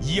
以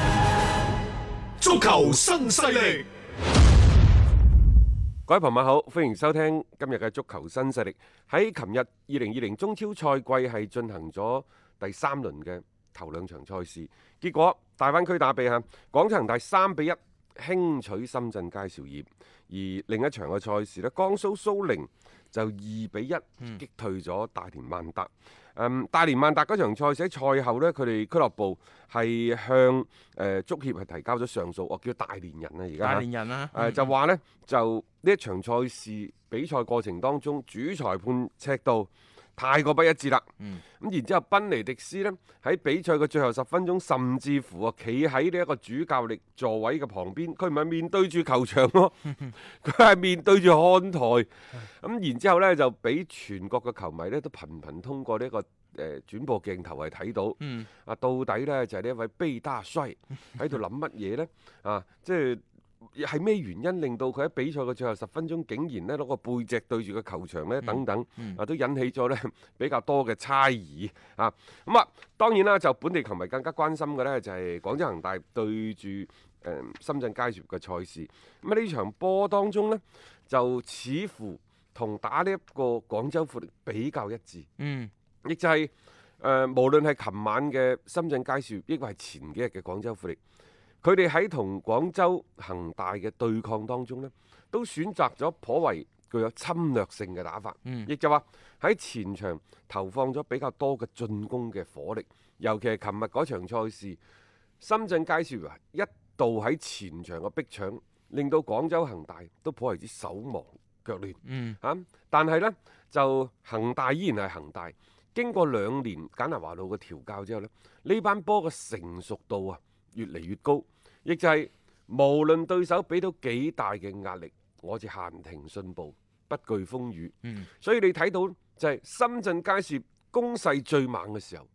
足球新勢力，各位朋友好，歡迎收聽今日嘅足球新勢力。喺琴日二零二零中超賽季係進行咗第三輪嘅頭兩場賽事，結果大灣區打比嚇，廣州恒大三比一輕取深圳佳兆業，而另一場嘅賽事呢，江蘇蘇寧就二比一擊退咗大連萬達。嗯，大連萬達嗰場賽事喺賽後呢，佢哋俱樂部係向誒、呃足協係提交咗上訴，我叫大連人啊，而家嚇大連人啦誒、、就話呢，就呢一場賽事比賽過程當中，主裁判尺度太過不一致啦。咁、然之後，賓尼迪斯呢，喺比賽嘅最後十分鐘，甚至乎啊，企喺呢一個主教力座位嘅旁邊，佢唔係面對住球場咯，佢係面對住看台。咁、然之後呢，就俾全國嘅球迷呢，都頻頻通過呢、個。誒、轉播鏡頭係睇到，嗯啊到底呢，就係、呢一位貝打帥喺度諗乜嘢呢？啊，即係係咩原因令到佢喺比賽嘅最後十分鐘竟然咧攞個背脊對住個球場咧等等，啊都引起咗咧 比較多嘅猜疑啊。咁啊，當然啦，就本地球迷更加關心嘅咧就係廣州恒大對住誒、呃深圳佳兆業嘅賽事。咁啊呢場波當中呢，就似乎同打呢一個廣州富力比較一致。嗯，亦就係、誒、無論係琴晚嘅深圳佳兆業，亦或係前幾日嘅廣州富力，佢哋喺同廣州恒大嘅對抗當中呢，都選擇咗頗為具有侵略性嘅打法，嗯亦就話喺前場投放咗比較多嘅進攻嘅火力，尤其係琴日嗰場賽事，深圳佳兆業啊一度喺前場嘅逼搶，令到廣州恒大都頗為之手忙腳亂。嗯啊，但係呢，就恒大依然係恒大。經過兩年簡拿華路嘅調教之後呢，呢班波嘅成熟度啊越嚟越高，亦就係無論對手俾到幾大嘅壓力，我哋閒庭信步，不懼風雨。嗯所以你睇到就係深圳佳兆業攻勢最猛嘅時候，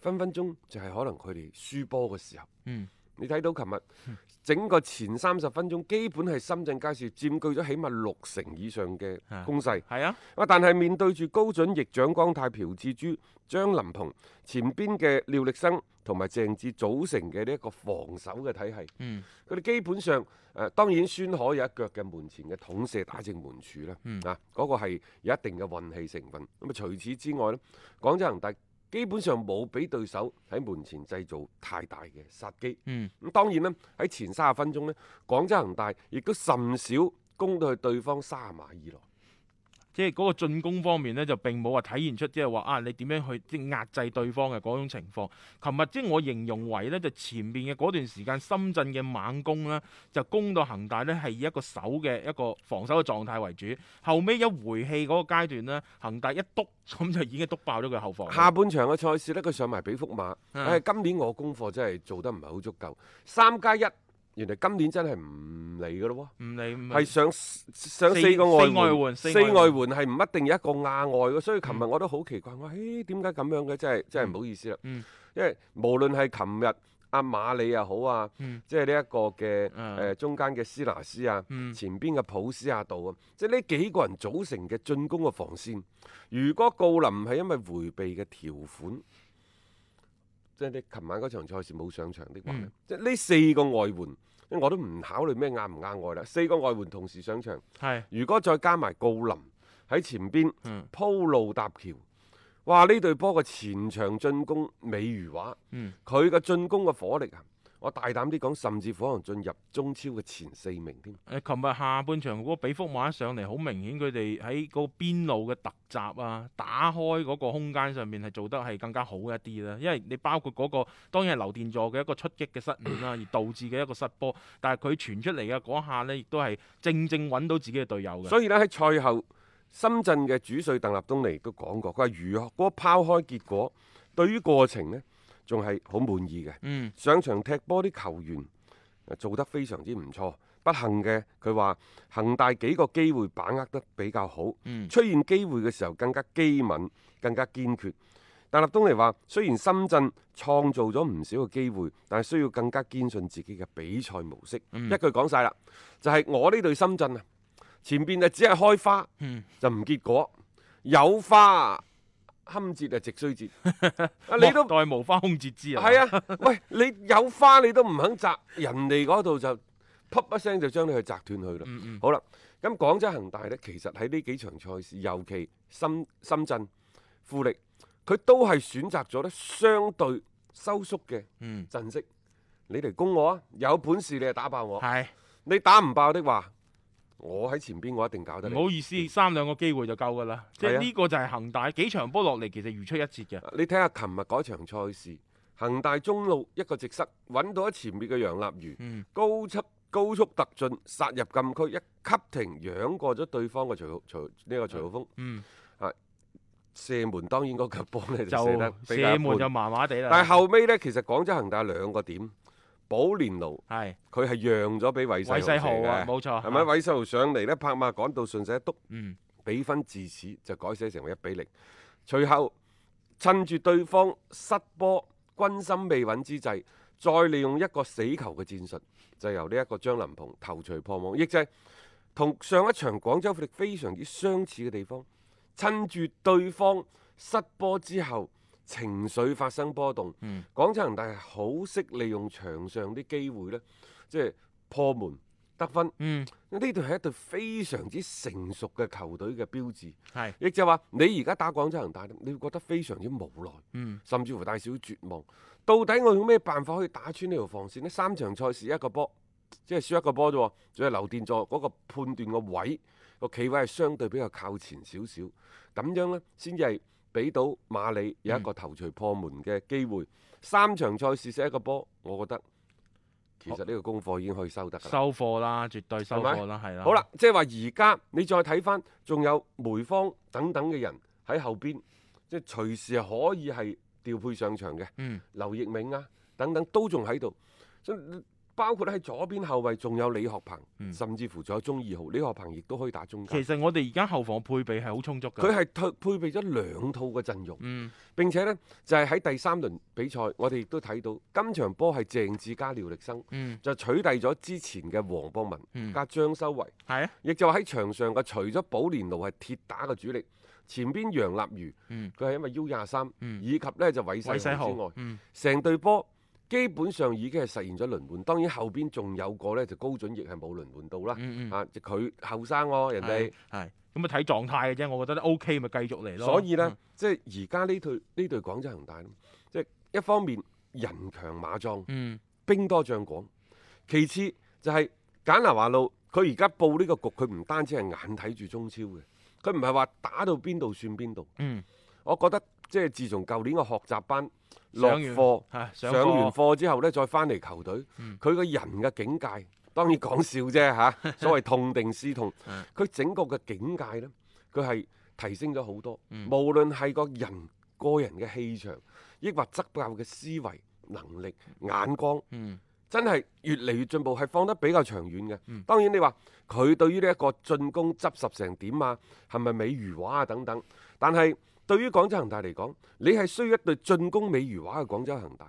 分分鐘就係可能佢哋輸波嘅時候。嗯你睇到琴日整個前三十分鐘，基本係深圳佳兆業佔據咗起碼六成以上嘅啊攻勢。係啊，啊！但係面對住高準翼、蔣光泰、朴志洙、張林鵬前邊嘅廖力生同埋鄭智組成嘅呢一個防守嘅體系，嗯佢哋基本上誒、呃、當然孫海有一腳嘅門前嘅捅射打正門柱啦，嗯啊嗰、個係有一定嘅運氣成分。咁啊，除此之外呢，廣州恒大基本上冇俾對手喺門前製造太大嘅殺機。嗯咁當然啦，喺前三十分鐘呢，廣州恒大亦都甚少攻到去對方三十碼以內。即係嗰個進攻方面咧，就並冇話體現出即係話啊，你點樣去即係壓制對方嘅嗰種情況。琴日即係我形容為咧，就前面嘅嗰段時間，深圳嘅猛攻咧，就攻到恒大咧係以一個守嘅一個防守嘅狀態為主。後尾一回氣嗰個階段咧，恒大一篤咁就已經篤爆咗佢後防。下半場嘅賽事呢，佢上埋比福馬。嗯唉今年我功課真係做得唔係好足夠。三加一，原來今年真係唔嚟嘅咯唔理喎，唔理係上上四四個外四外援四四外援外援係唔一定有一個亞外嘅，所以琴日嗯我都好奇怪，我話誒點解咁樣嘅？真係真係唔好意思啦，嗯因為無論係琴日阿馬里又好啊，嗯即係呢一個嘅誒、嗯呃中間嘅斯拿斯啊，嗯前邊嘅普斯亞道啊，即係呢幾個人組成嘅進攻嘅防線。如果郜林係因為迴避嘅條款，即係你琴晚嗰場賽事冇上場的話呢嗯即係呢四個外援，我都唔考慮咩啱唔啱外啦，四個外援同時上場，係如果再加埋郜林喺前邊嗯鋪路搭橋，哇！呢隊波嘅前場進攻美如畫，嗯佢嘅進攻嘅火力啊，我大膽啲講，甚至乎可能進入中超嘅前四名添。誒，琴日下半場嗰個比福馬一上嚟，好明顯佢哋喺個邊路嘅突襲啊，打開嗰個空間上面係做得係更加好一啲啦。因為你包括嗰、個當然係劉殿座嘅一個出擊嘅失誤啦，而導致嘅一個失波，但係佢傳出嚟嘅嗰下呢，亦都係正正揾到自己嘅隊友嘅。所以呢，喺賽後，深圳嘅主帥鄧立東尼都講過，佢話如果拋開結果，對於過程呢，仲係好滿意嘅。嗯，上場踢波啲球員呃做得非常之唔錯。不幸嘅，佢話恒大幾個機會把握得比較好，嗯出現機會嘅時候更加機敏、更加堅決。但立東尼話，雖然深圳創造咗唔少嘅機會，但係需要更加堅信自己嘅比賽模式。嗯一句講晒啦，就係、我呢隊深圳啊，前邊啊只係開花，嗯就唔結果，有花堪折啊直須折。啊，你都莫待無花空折枝啊！係啊，喂，你有花你都唔肯摘，人哋嗰度就噗一聲就將你去摘斷去啦。嗯嗯好啦，咁廣州恒大呢，其實喺呢幾場賽事，尤其深深圳、富力，佢都係選擇咗呢相對收縮嘅嗯，陣式。你嚟攻我啊！有本事你就打爆我，係你打唔爆的話，我喺前邊我一定搞得你唔。好意思，三兩個機會就夠㗎啦。即係係啊呢個就係恒大幾場波落嚟，其實如出一轍嘅。你睇下琴日嗰場賽事，恒大中路一個直塞揾到喺前面嘅楊立瑜，嗯高速高速突進殺入禁區，一級停仰過咗對方嘅徐浩徐呢、個徐浩峰嗯，射門，當然嗰球波呢就就射得比較射一門就般。麻麻地啦。但係後尾呢，其實廣州恒大兩個點，保連奴係。佢係讓咗俾韋世韋世豪嘅，啊，冇錯，係咪？？韋世豪上嚟呢，拍馬趕到順勢一篤。嗯，比分自此就改寫成為一比零。隨後趁住對方失波、軍心未穩之際，再利用一個死球嘅戰術，就由呢一個張林鵬頭槌破網，亦就係同上一場廣州富力非常之相似嘅地方。趁住對方失波之後，情緒發生波動，嗯廣州恒大係好識利用場上啲機會呢，即係破門得分。嗯，呢隊係一隊非常之成熟嘅球隊嘅標誌，係，亦就話你而家打廣州恒大，你會覺得非常之無奈，嗯，甚至乎帶少少絕望。到底我用咩辦法可以打穿呢條防線呢？三場賽事一個波，即係輸一個波啫喎，仲係劉殿座嗰個判斷個位個企位係相對比較靠前少少，咁樣呢，先至係俾到馬里有一個頭槌破門嘅機會。三場賽事射一個波，我覺得其實呢個功課已經可以收得㗎啦。收貨啦，絕對收貨啦，係啦。好啦，，即係話而家你再睇翻，仲有梅芳等等嘅人喺後邊，即係隨時係可以係調配上場嘅。嗯，劉奕明啊等等都仲喺度，所以包括喺左邊後衞仲有李學鵬，嗯甚至乎仲有中二號李學鵬亦都可以打中間其。實我哋而家後防配備係好充足佢係嘅。配配備咗兩套嘅陣容，嗯，並且呢，就係、喺第三輪比賽，我哋亦都睇到今場波係鄭智加廖力生嗯，就取代咗之前嘅黃博文、嗯加張修維。係啊，亦就話喺場上嘅除咗保連奴係鐵打嘅主力，前邊楊立瑜嗯，佢係因為 U 廿三，嗯以及呢就韋韋世世豪之豪外，，嗯，成隊波基本上已經係實現咗輪換。當然後邊仲有個呢，就高準亦係冇輪換到啦。嗯嗯，啊，即佢後生喎，人哋係，係，咁啊睇狀態嘅啫，我覺得 O K 咪繼續嚟咯。嗯所以呢，即係而家呢隊呢隊廣州恒大，即係一方面人強馬壯，嗯，兵多將廣；其次就係簡拿華路，佢而家報呢個局，佢唔單止係眼睇住中超嘅，佢唔係話打到邊度算邊度。嗯，我覺得即係自從舊年嘅學習班嗯，落上課完，係上上完課，課之後呢，再翻嚟球隊，嗯佢個人嘅境界當然講笑啫嚇， 所謂痛定思痛嗯，佢整個嘅境界呢，佢係提升咗好多，嗯無論係個人個人嘅氣場，抑或執教嘅思維能力、眼光。嗯，真係越嚟越進步，係放得比較長遠嘅。嗯當然你話佢對於呢一個進攻執拾成點啊，係咪美如畫啊等等，但係對於廣州恒大嚟講，你係需要一隊進攻美如畫嘅廣州恒大，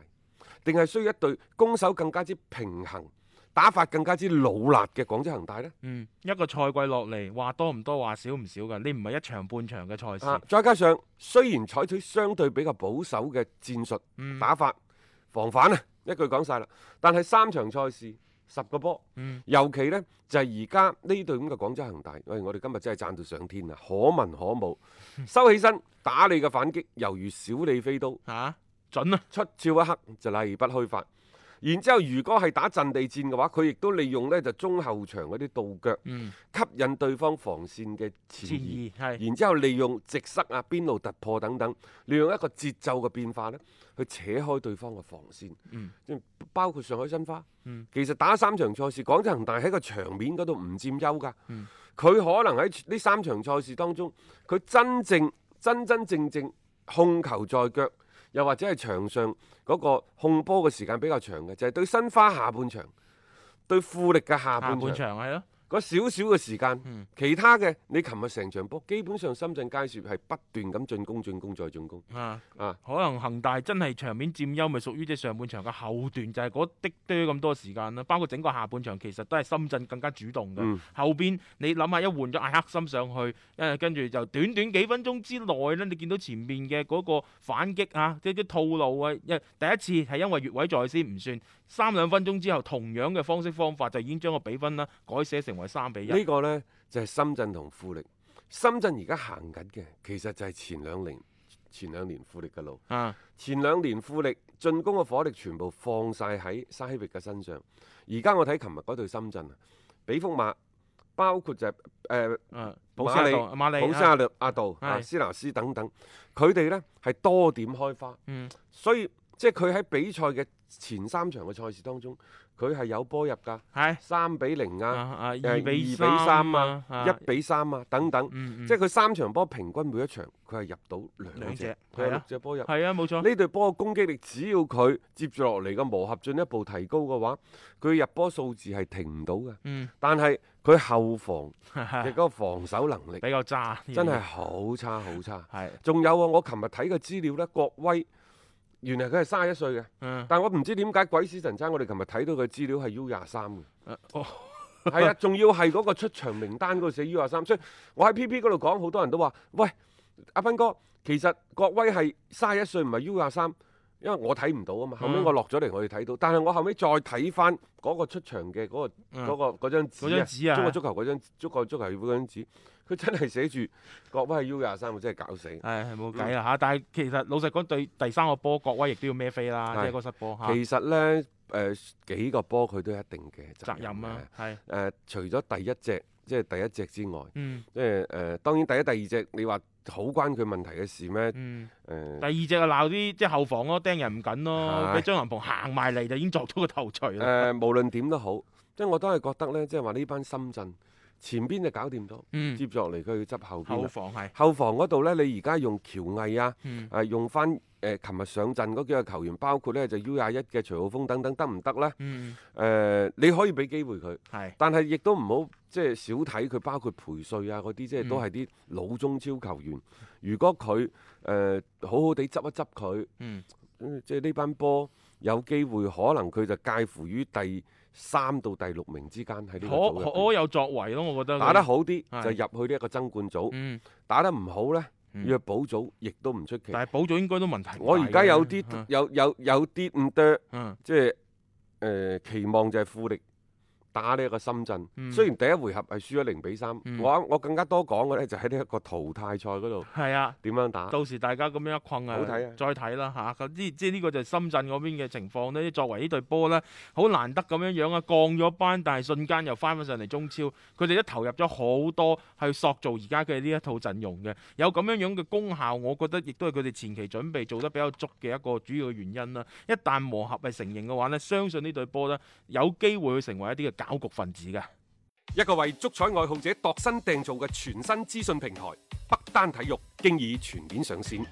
定係需要一隊攻守更加之平衡、打法更加之老辣嘅廣州恒大呢？嗯，一個賽季落嚟，話多唔多，話少唔少㗎。你唔係一場半場嘅賽啊事，，再加上雖然採取相對比較保守嘅戰術嗯，打法、防反啊，一句講晒啦，但係三場賽事十個波。嗯，尤其呢，就係而家呢隊咁嘅廣州恒大，喂，我哋今日真係讚到上天啊，可文可 武，收起身打你嘅反擊，猶如小李飛刀，嚇，準啊，出鞘一刻就例不虛發。然之後，如果係打陣地戰嘅話，佢亦都利用呢就中後場嗰啲倒腳，嗯，吸引對方防線嘅前前移。二係然之後利用直塞啊、邊路突破等等，利用一個節奏嘅變化呢，去扯開對方嘅防線。嗯即係包括上海申花。嗯其實打三場賽事，廣州恒大喺個場面嗰度唔佔優㗎。佢、嗯可能喺呢三場賽事當中，佢真正真真正正控球在腳，又或者係場上嗰個控波嘅時間比較長嘅，就係、對申花下半場。對富力嘅下下半場半，場係咯，嗰少少嘅時間，嗯其他嘅你琴日成場波，基本上深圳佳兆係不斷咁進攻、進攻再進攻啊。啊！可能恒大真係場面佔優，咪屬於即係上半場嘅後段，就係嗰滴堆咁多時間啦。包括整個下半場其實都係深圳更加主動嘅。嗯後邊你諗下，一換咗艾克森上去，誒跟住就短短幾分鐘之內呢，你見到前面嘅嗰個反擊啊，即係啲套路啊，因為第一次係因為越位在先唔算，三兩分鐘之後同樣嘅方式方法就已經將個比分啦改寫成為三比一。呢個呢，就係深圳同富力。深圳而家行緊嘅其實就係前兩年前兩年富力嘅路。啊，前兩年富力進攻嘅火力全部放晒喺沙希域嘅身上。而家我睇琴日嗰隊深圳啊，比福馬包括就係、呃誒。誒，保馬沙里道、啊馬里普啊沙略、阿杜、啊係斯拿斯等等，佢哋呢係多點開花，嗯所以即係佢喺比賽嘅前三場嘅賽事當中，佢係有波入㗎，係三比零啊啊，啊，誒二比二比三啊，一比三啊等等，嗯，即係係佢三場波平均每一場佢係入到兩兩隻隻，佢有係六啊隻波入。係啊，冇錯。呢隊波嘅攻擊力，只要佢接住落嚟嘅磨合進一步提高嘅話，佢入波數字係停唔到嘅。嗯，但係佢後防嘅嗰個防守能力比較渣，真係好差好差。嗯係，仲有啊，我琴日睇嘅資料呢，郭威原來佢係三十一歲嘅，嗯，但我唔知點解鬼使神差，我哋琴日睇到嘅資料係 U 廿三嘅，誒哦， 係啊，仲要係嗰個出場名單嗰度寫 U 廿三，所以我喺 PP 嗰度講，好多人都話：喂，阿斌哥，其實郭威係三十一歲，唔係 U 廿三。因為我睇唔到啊嘛，後尾嗯我落咗嚟，我哋睇到，但係我後尾再睇翻嗰個出場嘅嗰、嗯個嗰、個嗰張紙嗰張紙啊中國足球嗰張中國足球協會嗰張紙，佢真係寫住郭威係 U 廿三，我真係搞死。係係冇計啦嚇。但係其實老實講，對第三個波，國威亦都要孭飛啦，係即係個失波嚇，其實呢，誒、幾個波佢都有一定嘅責任嘅啊，係，誒、呃除咗第一隻，即係第一隻之外，嗯即係誒、呃當然第一、第二隻，你話好關佢問題嘅事咩？呃誒、嗯。第二隻就鬧啲即係後防咯，釘人唔緊咯，係俾張林鵬行埋嚟就已經作咗個頭槌誒、啦。呃無論點都好，即係我都係覺得呢，即係話呢班深圳前邊就搞掂咗，嗯，接落嚟佢要執後邊後啦。防係，後防嗰度呢，你而家用喬毅啊，嗯誒、用翻誒琴日上陣嗰幾個球員，包括呢就 U 廿一嘅徐浩峰等等，得唔得呢？誒、呃嗯你可以俾機會佢。係，但係亦都唔好即係少睇佢，包括培帥啊嗰啲，即係都嗯係啲老中超球員。如果佢誒、呃好好地執一執佢，嗯嗯即係呢班波有機會，可能佢就介乎於第三到第六名之間喺呢個可組入可邊可有作為咯，我覺得打得，好啲係就入去呢一個爭冠組，嗯，打得唔好呢，嗯約保組亦都唔出奇。但係補咗應該都問題唔大嘅。我而家有啲嗯有有有啲唔得。嗯即係誒、呃期望就係富力打呢一個深圳。嗯雖然第一回合係輸咗零比三、嗯我我更加多講嘅呢就喺呢一個淘汰賽嗰度係啊。點樣打。到時大家咁樣一困啊，好睇啊再睇啦嚇。咁即即呢個就係深圳嗰邊嘅情況呢。作為呢隊波呢，好難得咁樣樣啊，降咗班，但係瞬間又翻返上嚟中超。佢哋都投入咗好多去塑造而家嘅呢一套陣容嘅，有咁樣樣嘅功效，我覺得亦都係佢哋前期準備做得比較足嘅一個主要嘅原因啦。一旦磨合係成型嘅話呢，相信呢隊波呢，有機會去成為一啲嘅攪局分子嘅。一個為足彩愛好者度身訂造嘅全新資訊平台北單體育，經已全面上線。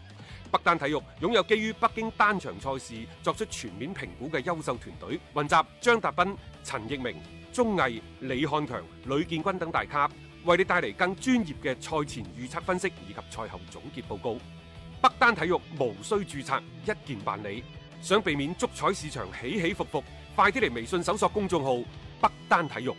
北單體育擁有基於北京單場賽事作出全面評估嘅優秀團隊，雲集張達斌、陳奕明、鐘毅、李漢強、呂建軍等大咖，為你帶嚟更專業嘅賽前預測分析以及賽後總結報告。北單體育無需註冊，一鍵辦理。想避免足彩市場起起伏伏，快啲嚟微信搜索公眾號北單體育。